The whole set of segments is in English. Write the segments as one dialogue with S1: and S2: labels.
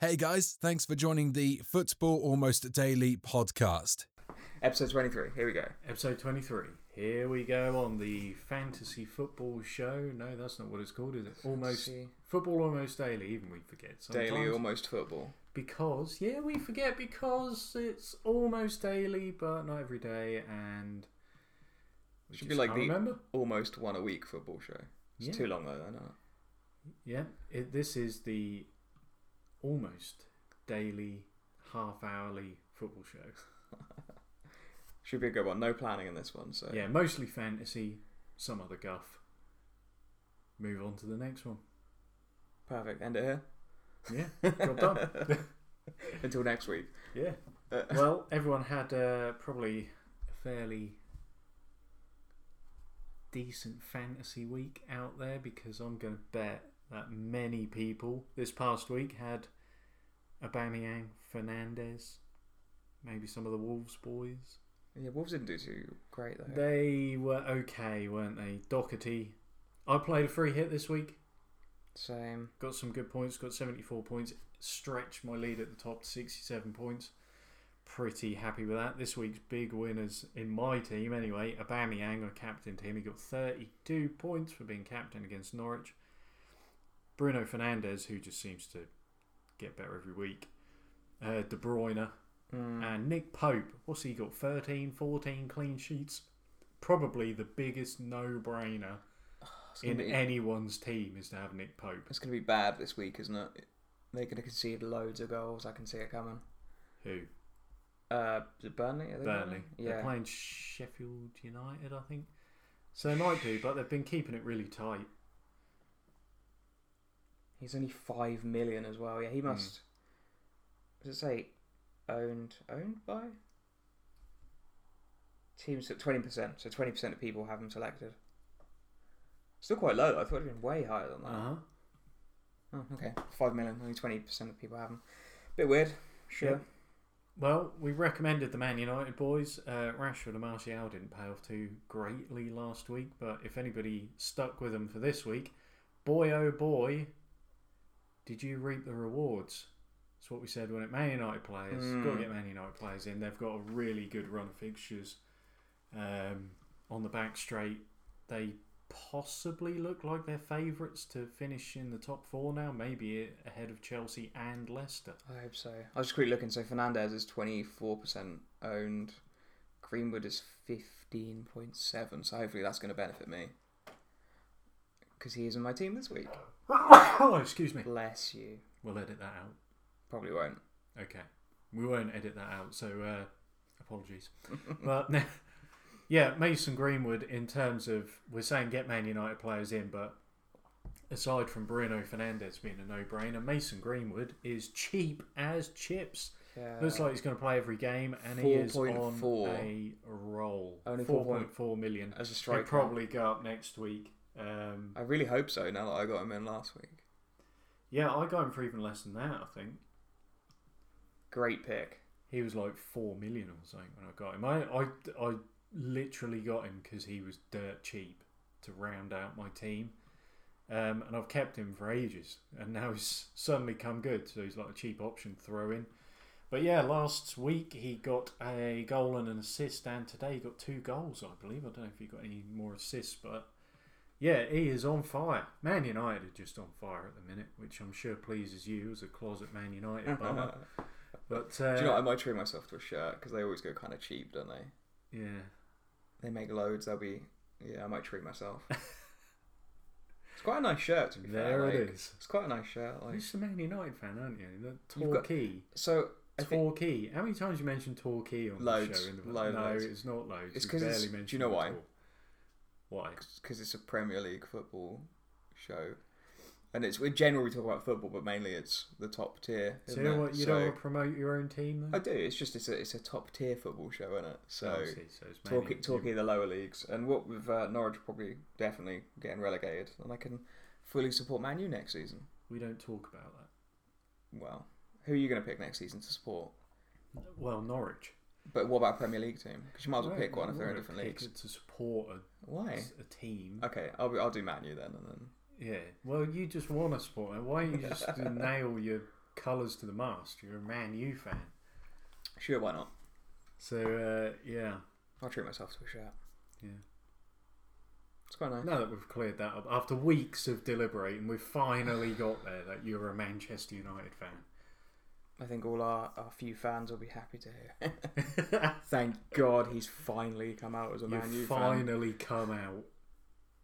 S1: Hey guys, thanks for joining the Football Almost Daily podcast.
S2: Episode 23. Here we go.
S3: Episode 23. Here we go on the fantasy football show. No, that's not what it's called, is it? Almost
S2: Fantasy.
S3: football, almost daily. Even we forget sometimes.
S2: Daily Almost Football.
S3: Because yeah, we forget because it's almost daily, but not every day, and we
S2: Should
S3: just
S2: be like
S3: can't
S2: the
S3: remember.
S2: almost one a week football show. It's
S3: Yeah.
S2: too long though, isn't it?
S3: Yeah, it, this is the almost daily, half hourly football show.
S2: Should be a good one. No planning in this one, so
S3: Yeah, mostly fantasy, some other guff. Move on to the next one.
S2: perfect. End it here.
S3: Yeah, job done.
S2: Until next week.
S3: Yeah.
S2: Uh,
S3: Well, everyone had uh, probably a fairly decent fantasy week out there because I'm going to bet that many people this past week had Aubameyang, Fernandez, maybe some of the Wolves boys.
S2: yeah, Wolves didn't do too great though.
S3: They were okay, weren't they? Doherty. I played a free hit this week.
S2: Same.
S3: Got some good points. Got 74 points. Stretched my lead at the top to 67 points. Pretty happy with that. This week's big winners in my team, anyway. Aubameyang, I captained him. He got 32 points for being captain against Norwich. Bruno Fernandes, who just seems to get better every week. Uh, De Bruyne
S2: Mm.
S3: and Nick Pope. What's he got? 13, 14 clean sheets. Probably the biggest no-brainer
S2: It's gonna
S3: in
S2: be-
S3: anyone's team is to have Nick Pope.
S2: It's gonna be bad this week, isn't it? They're gonna concede loads of goals. I can see it coming.
S3: Who?
S2: Uh, is it Burnley? Are they
S3: Burnley. They're
S2: Yeah.
S3: playing Sheffield United, I think. So they might do, but they've been keeping it really tight.
S2: He's only five million as well. Yeah, he
S3: Mm.
S2: must. Does it say owned? Owned by teams at twenty percent. So twenty percent of people have him selected. Still quite low. I thought it'd been way higher than that.
S3: huh.
S2: Oh, okay, five million. Only twenty percent of people have him. Bit weird. Sure.
S3: Yep. Well, we recommended the Man United boys. Uh, Rashford and Martial didn't pay off too greatly last week, but if anybody stuck with them for this week, boy oh boy, did you reap the rewards? That's what we said when it Man United players.
S2: Mm.
S3: Got to get Man United players in. They've got a really good run of fixtures um, on the back straight. They possibly look like they're favourites to finish in the top four now, maybe ahead of Chelsea and Leicester.
S2: I hope so. I was just quickly looking. So Fernandez is twenty four percent owned. Greenwood is fifteen point seven. So hopefully that's going to benefit me. Because he is in my team this week.
S3: oh, excuse me.
S2: Bless you.
S3: We'll edit that out.
S2: Probably won't.
S3: Okay. We won't edit that out, so uh, apologies. but yeah, Mason Greenwood, in terms of, we're saying get Man United players in, but aside from Bruno Fernandez being a no brainer, Mason Greenwood is cheap as chips.
S2: Yeah.
S3: Looks like he's going to play every game, and he is on
S2: 4.4.
S3: a roll.
S2: Only
S3: 4.4 million.
S2: as a
S3: He'll
S2: striker.
S3: probably go up next week. Um,
S2: I really hope so. Now that I got him in last week.
S3: yeah, I got him for even less than that, I think.
S2: Great pick.
S3: He was like four million or something when I got him. I I, I literally got him because he was dirt cheap to round out my team, um, and I've kept him for ages. And now he's suddenly come good, so he's like a cheap option to throw in. But yeah, last week he got a goal and an assist, and today he got two goals, I believe. I don't know if he got any more assists, but yeah, he is on fire. Man United are just on fire at the minute, which I'm sure pleases you as a closet Man United bummer. But uh,
S2: Do you know what? I might treat myself to a shirt because they always go kind of cheap, don't they?
S3: yeah.
S2: They make loads. They'll be. Yeah, I might treat myself. it's quite a nice shirt. To be
S3: There
S2: fair.
S3: it
S2: like,
S3: is.
S2: It's quite a nice shirt. Like
S3: You're a Man United fan, aren't you? The
S2: You've got-
S3: Torquay.
S2: so. I think
S3: Torquay. How many times you mentioned Torquay on the
S2: Loads.
S3: show? In the...
S2: Loads,
S3: no,
S2: loads.
S3: it's not loads.
S2: It's
S3: You
S2: 'cause it's-
S3: barely
S2: do you
S3: mentioned
S2: know
S3: it at
S2: why?
S3: all. Why?
S2: because it's a Premier League football show, and it's we generally talk about football, but mainly it's the top tier.
S3: So
S2: isn't
S3: you,
S2: it?
S3: know what, you
S2: So-
S3: don't want to promote your own team?
S2: I
S3: Though?
S2: do. It's just it's a it's a top tier football show, isn't it? So.
S3: Oh, I see. so it's mainly-
S2: Talking, talking the lower leagues, and what with uh, Norwich probably definitely getting relegated, and I can fully support Man U next season.
S3: We don't talk about that.
S2: Well, who are you going to pick next season to support?
S3: Well, Norwich.
S2: But what about a Premier League team? Because you might as well
S3: Right,
S2: pick one if
S3: you
S2: they're in
S3: wanna
S2: different
S3: pick
S2: leagues.
S3: To support a,
S2: Why?
S3: a team.
S2: Okay, I'll be, I'll do Man U then, and then
S3: Yeah. Well, you just want to support them. Why don't you just nail your colours to the mast. You're a Man U fan.
S2: Sure, why not?
S3: So, uh, yeah.
S2: I'll treat myself to a shirt.
S3: Yeah.
S2: It's quite nice.
S3: Now that we've cleared that up, after weeks of deliberating, we've finally got there that you're a Manchester United
S2: I think all our, our few fans will be happy to hear.
S3: fan.
S2: Thank God he's finally come out as a Man U
S3: You've
S2: fan.
S3: finally come out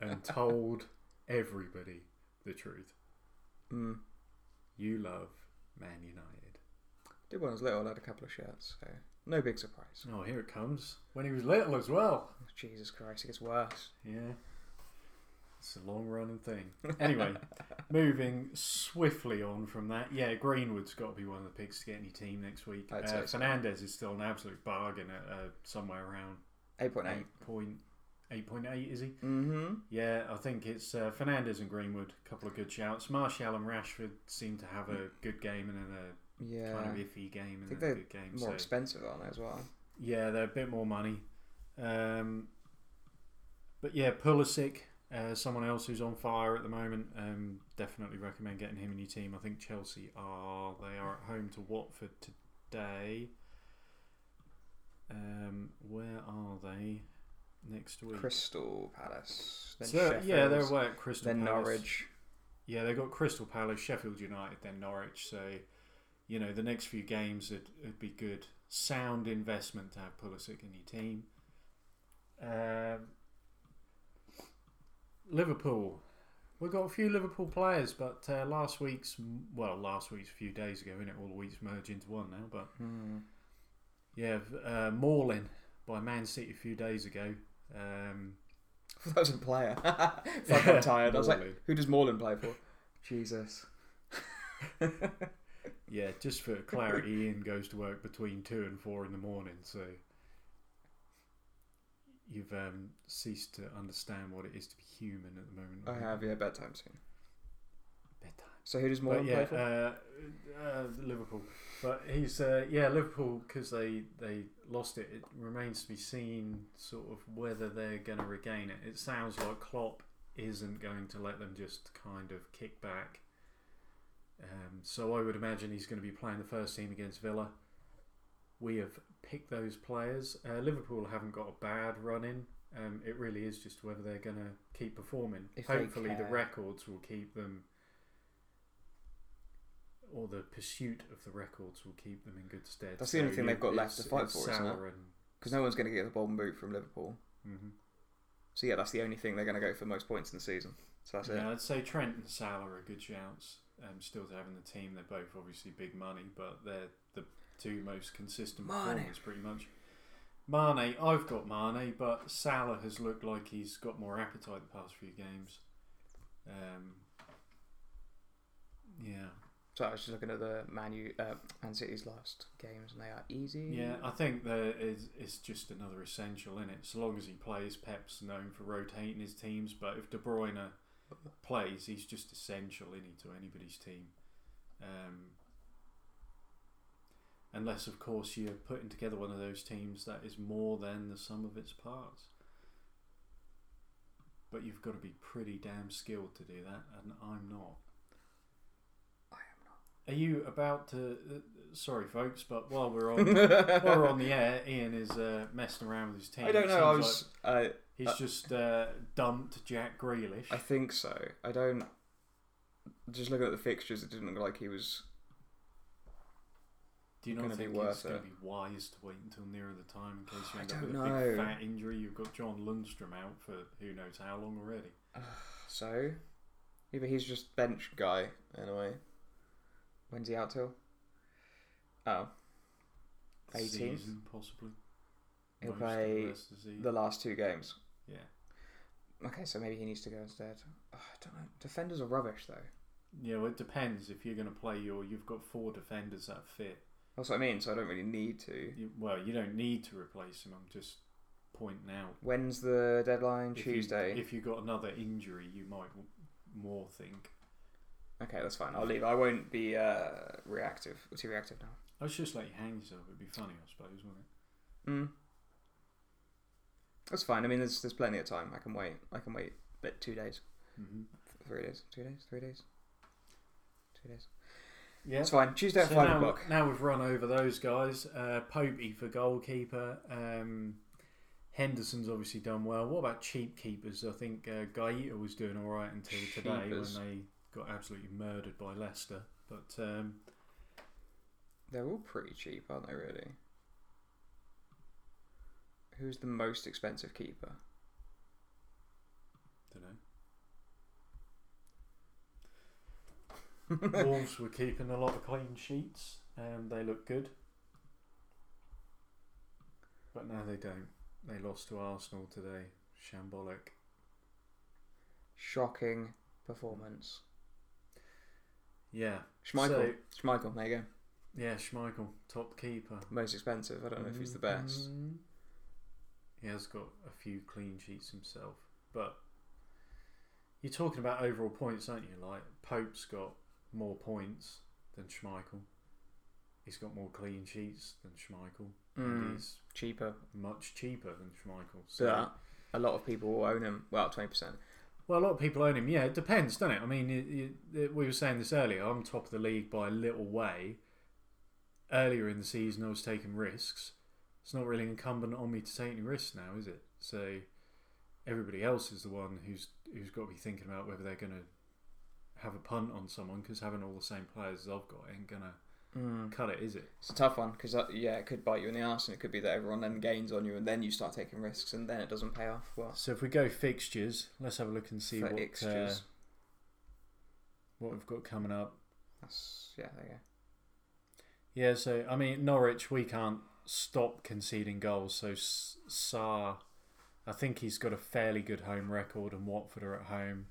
S3: and told everybody the truth.
S2: Mm.
S3: You love Man United.
S2: Did when I was little, I had a couple of shirts, so no big surprise.
S3: Oh, here it comes. When he was little as well.
S2: Jesus Christ, it gets worse.
S3: Yeah. It's a long running thing. Anyway, moving swiftly on from that. Yeah, Greenwood's got to be one of the picks to get any team next week.
S2: I'd
S3: Uh,
S2: say so.
S3: Fernandez is still an absolute bargain at uh, somewhere around
S2: 8.8.
S3: 8.8, 8.8 is he?
S2: Mm-hmm.
S3: Yeah, I think it's uh, Fernandez and Greenwood, a couple of good shouts. Martial and Rashford seem to have a good game and then a
S2: Mm. Yeah.
S3: kind of iffy game and
S2: think
S3: then
S2: they're
S3: a good game.
S2: More
S3: so
S2: expensive, aren't they, as well?
S3: yeah, they're a bit more money. Um, but yeah, Pulisic, uh, someone else who's on fire at the moment. Um, definitely recommend getting him in your team. I think Chelsea are they are at home to Watford today. Um, where are they next week?
S2: Crystal Palace. Then
S3: So, yeah, they're
S2: Sheffield,
S3: away at Crystal
S2: Then
S3: Palace.
S2: Norwich.
S3: Yeah, they've got Crystal Palace, Sheffield United, then Norwich. So, you know, the next few games would it'd be good. Sound investment to have Pulisic in your team. Um, Liverpool. We've got a few Liverpool players, but uh, last week's, well, last week's, a few days ago, innit? All the weeks merge into one now. But
S2: Hmm.
S3: yeah, uh, Morlin by Man City a few days ago. Um,
S2: That was a player. Fuck, I'm tired. I was like,
S3: Morley.
S2: who does Morland play for? Jesus.
S3: yeah, just for clarity, Ian goes to work between two and four in the morning, so you've um, ceased to understand what it is to be human at the moment.
S2: I have, yeah, bedtime soon.
S3: bedtime.
S2: So who does
S3: But
S2: Morland play
S3: yeah,
S2: for?
S3: uh, uh, Liverpool. But he's uh, yeah Liverpool because they they lost it. It remains to be seen sort of whether they're going to regain it. It sounds like Klopp isn't going to let them just kind of kick back. Um, so I would imagine he's going to be playing the first team against Villa. We have picked those players. Uh, Liverpool haven't got a bad run in. Um, it really is just whether they're going to keep performing.
S2: If they
S3: Hopefully, the
S2: care.
S3: records will keep them, or the pursuit of the records will keep them in good stead.
S2: That's the only thing they've got left to
S3: it's-
S2: fight
S3: it's
S2: for, isn't it? Because no one's going to get the golden boot from Liverpool.
S3: hmm
S2: So yeah, that's the only thing they're going to go for most points in the season. So that's
S3: yeah,
S2: it.
S3: I'd say Trent and Salah are good shouts. Um, still to having the team, they're both obviously big money, but they're the two most consistent
S2: Mane.
S3: performers pretty much. Mane, I've got Mane, but Salah has looked like he's got more appetite the past few games. Um, yeah,
S2: So I was just looking at the Man U, uh, Man City's last games, and they are easy.
S3: yeah, I think that is it's just another essential in it. So long as he plays, Pep's known for rotating his teams, but if De Bruyne plays, he's just essential in he to anybody's team. Um, unless, of course, you're putting together one of those teams that is more than the sum of its parts. But you've got to be pretty damn skilled to do that, and I'm not.
S2: I
S3: Are you about to? Uh, sorry, folks, but while we're on while we're
S2: I
S3: on the air, Ian is uh, messing around with his team.
S2: don't
S3: It
S2: know. I
S3: seems
S2: was. I
S3: like he's just uh, dumped Jack Grealish.
S2: I think so. I don't. Just looking at the fixtures, it didn't look like he was.
S3: Do you not
S2: gonna be
S3: think
S2: worth
S3: it's going
S2: it.
S3: to be wise to wait until nearer the time in case you
S2: I
S3: end up
S2: don't
S3: with a big
S2: know.
S3: fat injury? You've got John Lundstrom out for who knows how long already.
S2: So, yeah, but he's just bench guy in a way. When's he out till? Oh, 18th?
S3: Season, possibly.
S2: He'll
S3: Most of
S2: play
S3: the, rest of the season.
S2: the last two games.
S3: Yeah.
S2: Okay, so maybe he needs to go instead. Oh, I don't know. Defenders are rubbish though.
S3: Yeah, well, it depends if you're going to play your. You've got four defenders that fit.
S2: That's what I mean. So I don't really need to.
S3: You, well, you don't need to replace him. I'm just pointing out.
S2: When's the deadline?
S3: If you-
S2: Tuesday.
S3: if you got another injury, you might w- more think.
S2: Okay, that's fine. I'll leave. I won't be uh, reactive. Too reactive now.
S3: I should just let you hang yourself. It'd be funny, I suppose, wouldn't it?
S2: Mm. That's fine. I mean, there's there's plenty of time. I can wait. I can wait. But two days,
S3: Mm-hmm.
S2: three days, two days, three days, two days.
S3: Yeah.
S2: It's fine. Tuesday at
S3: So
S2: five
S3: now,
S2: o'clock.
S3: now we've run over those guys. Uh, Popey for goalkeeper. Um, Henderson's obviously done well. What about cheap keepers? I think uh, Gaeta was doing all right until today
S2: Cheapers.
S3: when they got absolutely murdered by Leicester. But um,
S2: They're all pretty cheap, aren't they? Really. Who's the most expensive keeper?
S3: don't know. Wolves were keeping a lot of clean sheets. Um, they look good, but now they don't. They lost to Arsenal today. Shambolic.
S2: Shocking performance.
S3: Yeah.
S2: Schmeichel.
S3: So-
S2: Schmeichel. There you go.
S3: Yeah, Schmeichel, top keeper.
S2: Most expensive. I don't know if he's the best.
S3: Mhm. He has got a few clean sheets himself, but you're talking about overall points, aren't you? Like Pope's got more points than Schmeichel. He's got more clean sheets than Schmeichel, and
S2: Mm,
S3: he's
S2: cheaper.
S3: much cheaper than Schmeichel. So,
S2: But a lot of people will own him. Well, twenty percent.
S3: well, a lot of people own him. Yeah, it depends, doesn't it? I mean, it, it, we were saying this earlier. I'm top of the league by a little way. Earlier in the season, I was taking risks. It's not really incumbent on me to take any risks now, is it? So everybody else is the one who's who's got to be thinking about whether they're going to have a punt on someone because having all the same players as I've got ain't going to
S2: Hmm.
S3: cut it, is it?
S2: It's a tough one because yeah, it could bite you in the arse, and it could be that everyone then gains on you, and then you start taking risks, and then it doesn't pay off. Well,
S3: So if we go fixtures, let's have a look and see
S2: for
S3: what uh,
S2: extras.
S3: what we've got coming up.
S2: That's yeah. There you go.
S3: Yeah, so I mean Norwich, we can't stop conceding goals. So S- Saar, I think he's got a fairly good home record, and Watford are at home.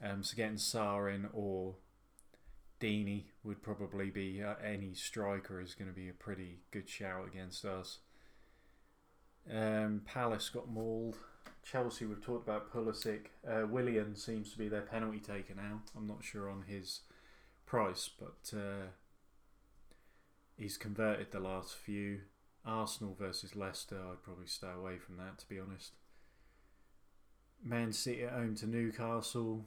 S3: Um, so getting Saar in or Deeney would probably be uh, any striker is going to be a pretty good shout against us. Um, Palace got mauled. Chelsea, we've talked about Pulisic. Uh, Willian seems to be their penalty taker now. I'm not sure on his price, but. Uh, he's converted the last few. Arsenal versus Leicester, I'd probably stay away from that to be honest. Man City at home to Newcastle,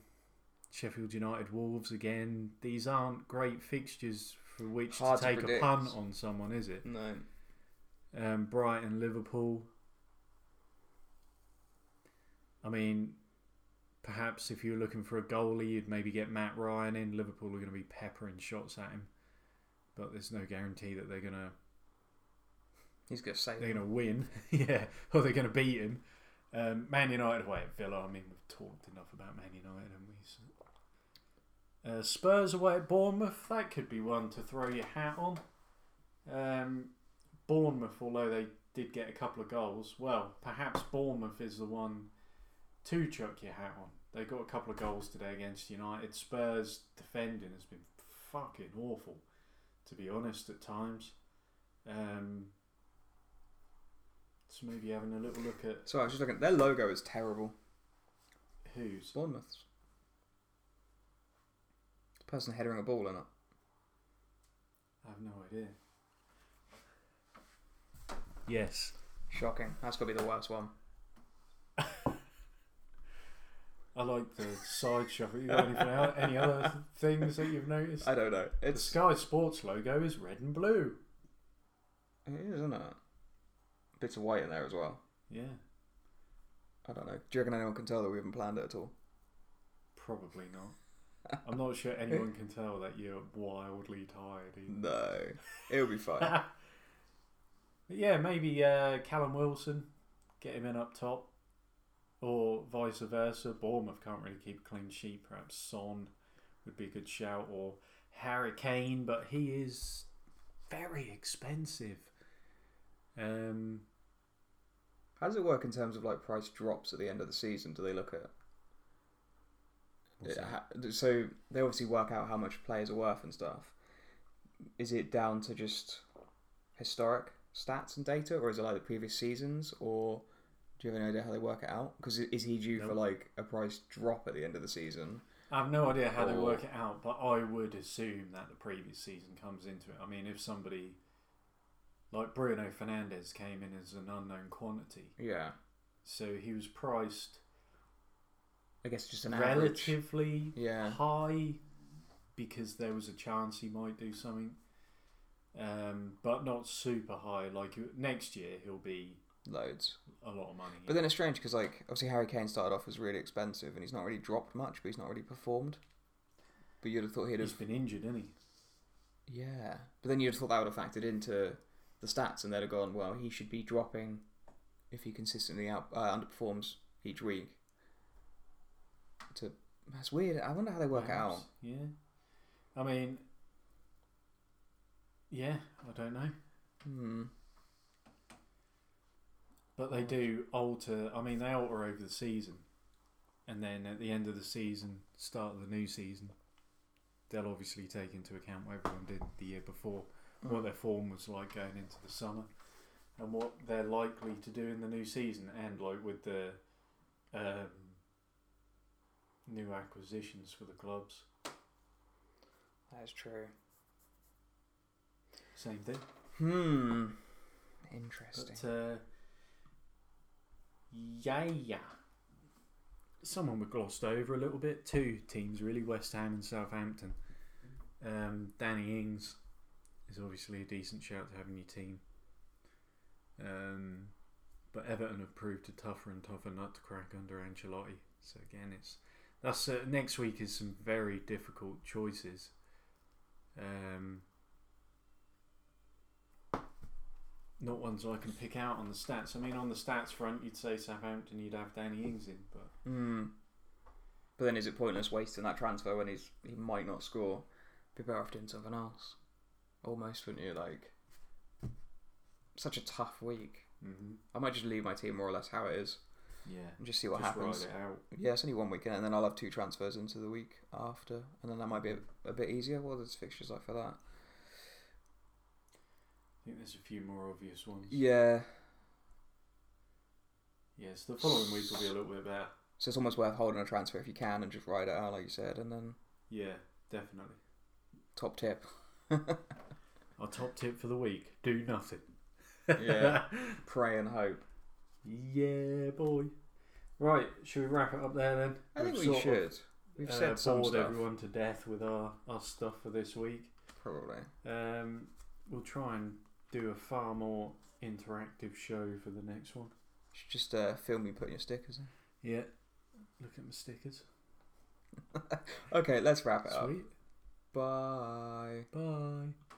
S3: Sheffield United, Wolves again. These aren't great fixtures for which
S2: Hard
S3: to
S2: to
S3: take a
S2: predict.
S3: pun on someone, is it?
S2: No.
S3: Um, Brighton, Liverpool. I mean, perhaps if you were looking for a goalie, you'd maybe get Matt Ryan in. Liverpool are going to be peppering shots at him, but there's no guarantee that they're going to
S2: He's gonna save.
S3: they're
S2: them.
S3: going to win, yeah, or they're going to beat him. Um, Man United away at Villa. I mean, we've talked enough about Man United, haven't we? So. Uh, Spurs away at Bournemouth. That could be one to throw your hat on. Um, Bournemouth, although they did get a couple of goals, well, perhaps Bournemouth is the one to chuck your hat on. They got a couple of goals today against United. Spurs defending has been fucking awful, to be honest, at times. Um, so maybe having a little look at
S2: So I was just looking. Their logo is terrible.
S3: who's.
S2: Bournemouth's. The person headering a ball or not?
S3: I have no idea. Yes.
S2: Shocking. That's gotta be the worst one.
S3: I like the side shuffle. You got anything el- any other things that you've noticed?
S2: I don't know.
S3: The
S2: It's
S3: Sky Sports logo is red and blue.
S2: it is, isn't it? Bits of white in there as well.
S3: Yeah,
S2: I don't know. Do you reckon anyone can tell that we haven't planned it at all?
S3: probably not. I'm not sure anyone can tell that you're wildly tired. Either.
S2: No. It'll be fine.
S3: But yeah, maybe uh, Callum Wilson, get him in up top, or vice versa. Bournemouth can't really keep a clean sheet. Perhaps Son would be a good shout, or Harry Kane, but he is very expensive. Um,
S2: How does it work in terms of like price drops at the end of the season? Do they look at
S3: What's
S2: it, ha- so they obviously work out how much players are worth and stuff. Is it down to just historic stats and data, or is it like the previous seasons, or do you have any idea how they work it out? Because is he due for
S3: Nope.
S2: like a price drop at the end of the season?
S3: I have no idea how they
S2: Or-
S3: work it out, but I would assume that the previous season comes into it. I mean, if somebody like Bruno Fernandez came in as an unknown quantity,
S2: Yeah,
S3: so he was priced
S2: I guess just an average.
S3: relatively
S2: Yeah.
S3: high because there was a chance he might do something, um, but not super high. Like next year, he'll be
S2: Loads.
S3: a lot of money.
S2: But then it's strange because, like, obviously Harry Kane started off as really expensive and he's not really dropped much, but he's not really performed. But you'd have thought he'd have.
S3: he's been injured, isn't he?
S2: Yeah. But then you'd have thought that would have factored into the stats and they'd have gone, well, he should be dropping if he consistently out uh, underperforms each week. To That's weird. I wonder how they work it out.
S3: Perhaps, Yeah. I mean, yeah, I don't know.
S2: Hmm.
S3: But they do alter, I mean, they alter over the season. And then at the end of the season, start of the new season, they'll obviously take into account what everyone did the year before, what their form was like going into the summer, and what they're likely to do in the new season. And like with the um, new acquisitions for the clubs,
S2: That is true.
S3: same thing.
S2: Hmm. Interesting.
S3: But uh, yeah, yeah. Someone we glossed over a little bit. Two teams really: West Ham and Southampton. Um, Danny Ings is obviously a decent shout to have in your team. Um, but Everton have proved a tougher and tougher nut to crack under Ancelotti. So again, it's that's uh, next week is some very difficult choices. Um, not ones I can pick out on the stats. I mean, on the stats front, you'd say Southampton, you'd have Danny Ings in, but
S2: Hmm. But then is it pointless wasting that transfer when he's he might not score? Be better off doing something else. Almost, wouldn't you? Like, such a tough week.
S3: mm-hmm.
S2: I might just leave my team more or less how it is
S3: yeah,
S2: and just see what
S3: just
S2: happens.
S3: ride it out.
S2: Yeah, it's only one weekend, and then I'll have two transfers into the week after, and then that might be a, a bit easier. What are the fixtures like for that?
S3: I think there's a few more obvious ones.
S2: Yeah,
S3: Yes, the following week will be a little bit better.
S2: so it's almost worth holding a transfer if you can and just ride it out, like you said, and then
S3: Yeah, definitely.
S2: top tip.
S3: Our top tip for the week: do nothing.
S2: Yeah, pray and hope.
S3: Yeah, boy. Right, should we wrap it up there then?
S2: I think
S3: We've
S2: we
S3: sort of,
S2: should. We've
S3: uh,
S2: said some
S3: bored
S2: stuff,
S3: everyone to death with our, our stuff for this week.
S2: probably.
S3: Um, we'll try and do a far more interactive show for the next one.
S2: Should just uh, film you putting your stickers in.
S3: Yeah. Look at my stickers.
S2: Okay, let's wrap it up.
S3: Sweet.
S2: Bye.
S3: Bye.